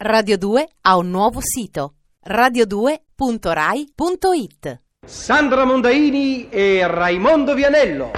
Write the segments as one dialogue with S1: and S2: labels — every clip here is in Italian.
S1: Radio 2 ha un nuovo sito radio2.rai.it
S2: Sandra Mondaini e Raimondo Vianello.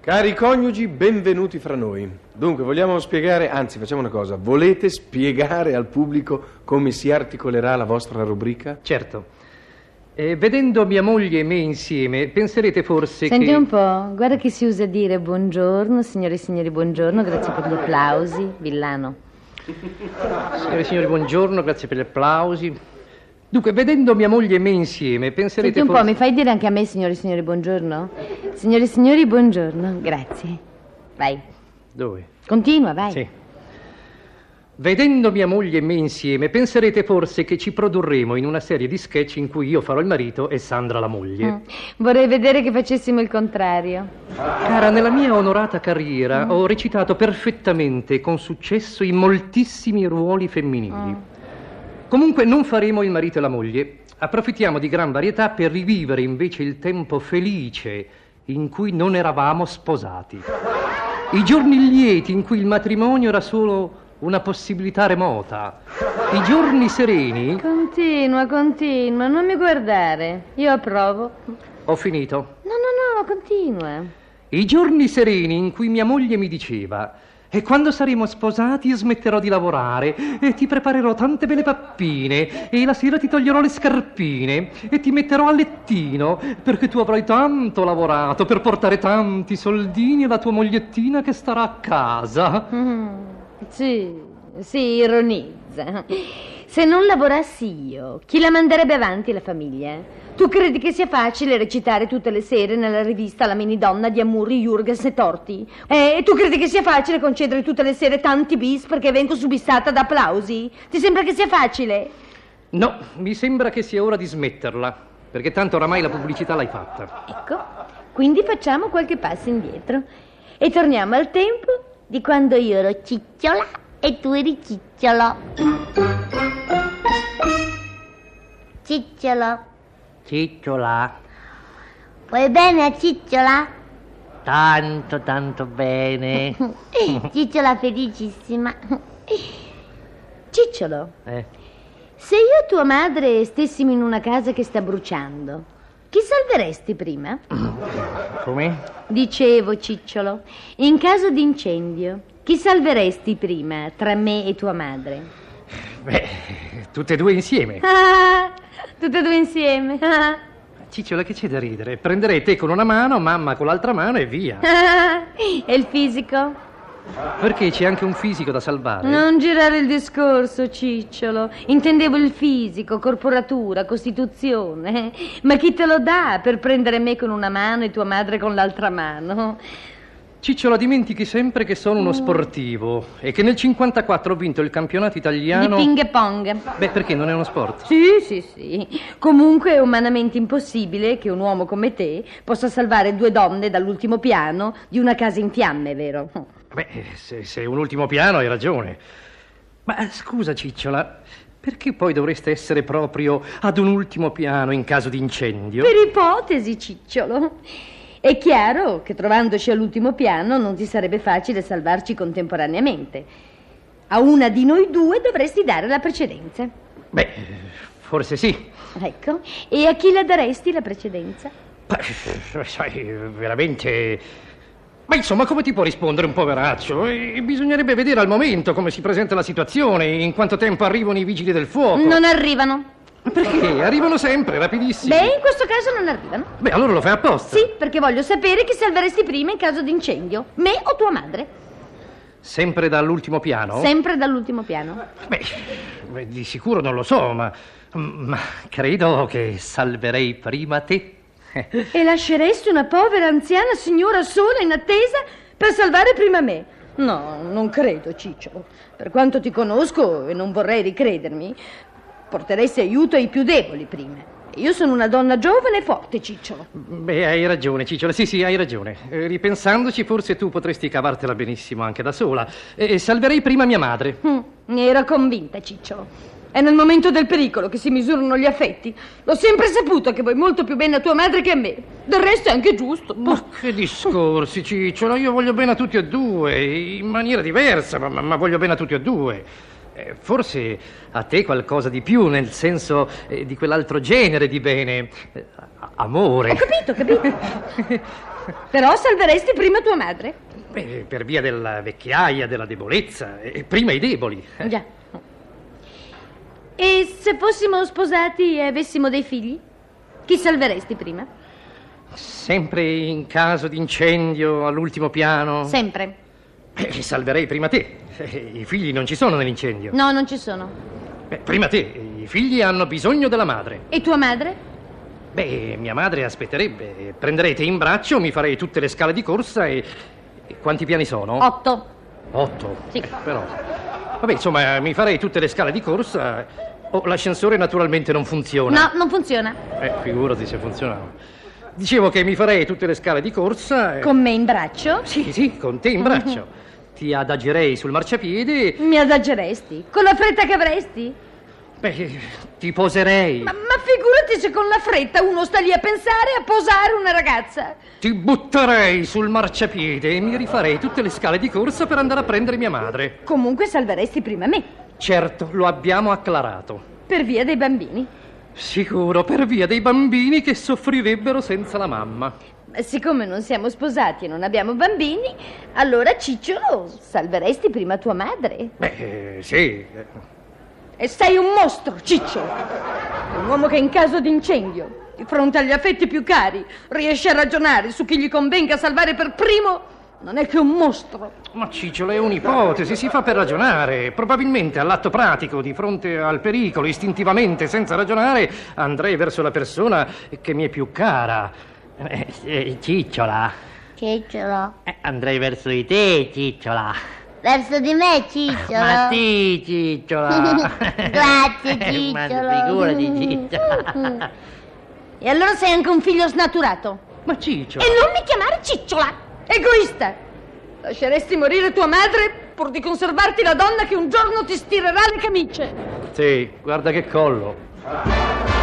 S2: Cari coniugi, benvenuti fra noi. Dunque, vogliamo spiegare, anzi facciamo una cosa, volete spiegare al pubblico come si articolerà la vostra rubrica?
S3: Certo. Eh, vedendo mia moglie e me insieme, penserete forse
S4: Senti
S3: che...
S4: un po', guarda che si usa dire buongiorno, signore e signori, buongiorno, grazie per gli applausi, Villano.
S3: Signore e signori, buongiorno, grazie per gli applausi. Dunque, vedendo mia moglie e me insieme, penserete
S4: Senti un po',
S3: forse...
S4: mi fai dire anche a me, signore e signori, buongiorno? Signore e signori, buongiorno, grazie. Vai,
S3: Dove?
S4: continua, vai.
S3: Sì. Vedendo mia moglie e me insieme, penserete forse che ci produrremo in una serie di sketch in cui io farò il marito e Sandra la moglie.
S4: Mm. Vorrei vedere che facessimo il contrario.
S3: Cara, nella mia onorata
S4: Mm.
S3: carriera ho recitato perfettamente, e con successo, in moltissimi ruoli femminili.
S4: Ah. Mm.
S3: Comunque non faremo il marito e la moglie. Approfittiamo di gran varietà per rivivere invece il tempo felice in cui non eravamo sposati. I giorni lieti in cui il matrimonio era solo una possibilità remota. I giorni sereni...
S4: Continua, continua, non mi guardare, io approvo.
S3: Ho finito.
S4: No, no, no, continua.
S3: I giorni sereni in cui mia moglie mi diceva e quando saremo sposati smetterò di lavorare e ti preparerò tante belle pappine e la sera ti toglierò le scarpine e ti metterò a lettino perché tu avrai tanto lavorato per portare tanti soldini alla tua mogliettina che starà a casa.
S4: Mm, Sì, si ironizza. Se non lavorassi io, chi la manderebbe avanti la famiglia? Tu credi che sia facile recitare tutte le sere nella rivista La minidonna di Amuri, Jurgens e Torti? Eh, E tu credi che sia facile concedere tutte le sere tanti bis perché vengo subissata da applausi? Ti sembra che sia facile?
S3: No, mi sembra che sia ora di smetterla, perché tanto oramai la pubblicità l'hai fatta.
S4: Ecco, quindi facciamo qualche passo indietro e torniamo al tempo di quando io ero cicciola e tu eri cicciolo.
S5: Cicciola,
S6: Cicciola,
S5: vuoi bene a Cicciola?
S6: tanto tanto bene.
S5: Cicciola felicissima.
S4: Cicciolo,
S6: Eh,
S4: Se io e tua madre stessimo in una casa che sta bruciando, chi salveresti prima?
S6: come?
S4: Dicevo, Cicciolo, in caso di incendio, chi salveresti prima tra me e tua madre?
S3: Beh, tutte e due insieme.
S4: Ah, tutte e due insieme. Ah,
S3: Cicciola, che c'è da ridere? Prenderei te con una mano, mamma con l'altra mano e via.
S4: ah, e il fisico?
S3: Perché c'è anche un fisico da salvare?
S4: Non girare il discorso, Cicciolo. Intendevo il fisico, corporatura, costituzione. Ma chi te lo dà per prendere me con una mano e tua madre con l'altra mano?
S3: Cicciola, dimentichi sempre che sono uno sportivo e che nel 54 ho vinto il campionato italiano.
S4: Di ping pong.
S3: Beh, perché non è uno sport?
S4: Sì, sì, sì. Comunque è umanamente impossibile che un uomo come te possa salvare due donne dall'ultimo piano di una casa in fiamme, vero?
S3: Beh, se, se è un ultimo piano hai ragione. Ma eh, scusa, Cicciola, perché poi dovreste essere proprio ad un ultimo piano in caso di incendio?
S4: Per ipotesi, Cicciolo. È chiaro che trovandoci all'ultimo piano non ti sarebbe facile salvarci contemporaneamente. A una di noi due dovresti dare la precedenza.
S3: Beh, forse sì.
S4: Ecco. E a chi la daresti la precedenza?
S3: Ma, Eh, sai, veramente. Ma insomma, come ti può rispondere un poveraccio? E- bisognerebbe vedere al momento come si presenta la situazione, in quanto tempo arrivano i vigili del fuoco.
S4: Non arrivano.
S3: Perché arrivano sempre, rapidissimi.
S4: Beh, in questo caso non arrivano.
S3: Beh, allora lo fai apposta.
S4: Sì, perché voglio sapere chi salveresti prima in caso di incendio, me o tua madre,
S3: Sempre dall'ultimo piano?
S4: sempre dall'ultimo piano.
S3: Beh, beh, di sicuro non lo so, ma, mm, ma credo che salverei prima te.
S4: E lasceresti una povera anziana signora sola in attesa per salvare prima me? No, non credo, Ciccio. Per quanto ti conosco e non vorrei ricredermi, porteresti aiuto ai più deboli prima. Io sono una donna giovane e forte, Cicciolo.
S3: Beh, hai ragione, Cicciola. Sì, sì, hai ragione. Eh, ripensandoci, forse tu potresti cavartela benissimo anche da sola. E e salverei prima mia madre.
S4: Mm, Ne ero convinta, Cicciolo. È nel momento del pericolo che si misurano gli affetti. L'ho sempre saputo che vuoi molto più bene a tua madre che a me. Del resto è anche giusto. Boh.
S3: Ma che discorsi, Cicciola? Io voglio bene a tutti e due, in maniera diversa, ma, ma- ma voglio bene a tutti e due. Eh, forse a te qualcosa di più, nel senso eh, di quell'altro genere di bene. eh, a-
S4: Ho
S3: amore.
S4: capito, capito. Però salveresti prima tua madre.
S3: Beh, Eh, per via della vecchiaia, della debolezza, e e prima i deboli.
S4: Già. E se fossimo sposati e avessimo dei figli? Chi salveresti prima?
S3: Sempre in caso di incendio all'ultimo piano.
S4: Sempre.
S3: Eh, salverei prima te. Eh, I figli non ci sono nell'incendio.
S4: No, non ci sono.
S3: Beh, prima te, i figli hanno bisogno della madre.
S4: E tua madre?
S3: Beh, mia madre aspetterebbe. Prenderete in braccio, mi farei tutte le scale di corsa e. e quanti piani sono?
S4: Otto.
S3: Otto.
S4: Sì.
S3: Eh, però. Vabbè, insomma, mi farei tutte le scale di corsa. Oh, l'ascensore naturalmente non funziona.
S4: No, non funziona.
S3: Eh, figurati se funzionava. Dicevo che mi farei tutte le scale di corsa. e-
S4: Con Mm-hmm. me in braccio?
S3: Eh. Sì, sì, con te in braccio. Ti adagierei sul marciapiede.
S4: Mi adageresti? Con la fretta che avresti?
S3: Beh, ti poserei.
S4: Ma, ma figurati se con la fretta uno sta lì a pensare e a posare una ragazza.
S3: Ti butterei sul marciapiede e mi rifarei tutte le scale di corsa per andare a prendere mia madre.
S4: Comunque salveresti prima me,
S3: Certo, lo abbiamo acclarato.
S4: per via dei bambini.
S3: Sicuro, per via dei bambini che soffrirebbero senza la mamma.
S4: Ma Siccome non siamo sposati e non abbiamo bambini, allora Cicciolo salveresti prima tua madre.
S3: Beh, sì.
S4: E sei un mostro, Cicciolo. Un uomo che in caso di incendio, di fronte agli affetti più cari, riesce a ragionare su chi gli convenga salvare per primo, non è che un mostro.
S3: Ma Cicciolo è un'ipotesi, si fa per ragionare. Probabilmente all'atto pratico, di fronte al pericolo, istintivamente, senza ragionare, andrei verso la persona che mi è più cara.
S6: Eh, eh, cicciola.
S5: Cicciolo.
S6: Eh, andrei verso di te, cicciola.
S5: Verso di me, Cicciolo.
S6: Ma sì, cicciola.
S5: Grazie,
S6: Eh, Ma
S5: Cicciolo.
S6: figurati, cicciola.
S4: E allora sei anche un figlio snaturato.
S6: Ma cicciola.
S4: E non mi chiamare Cicciola! Egoista! Lasceresti morire tua madre pur di conservarti la donna che un giorno ti stirerà le camicie.
S3: Sì, guarda che collo.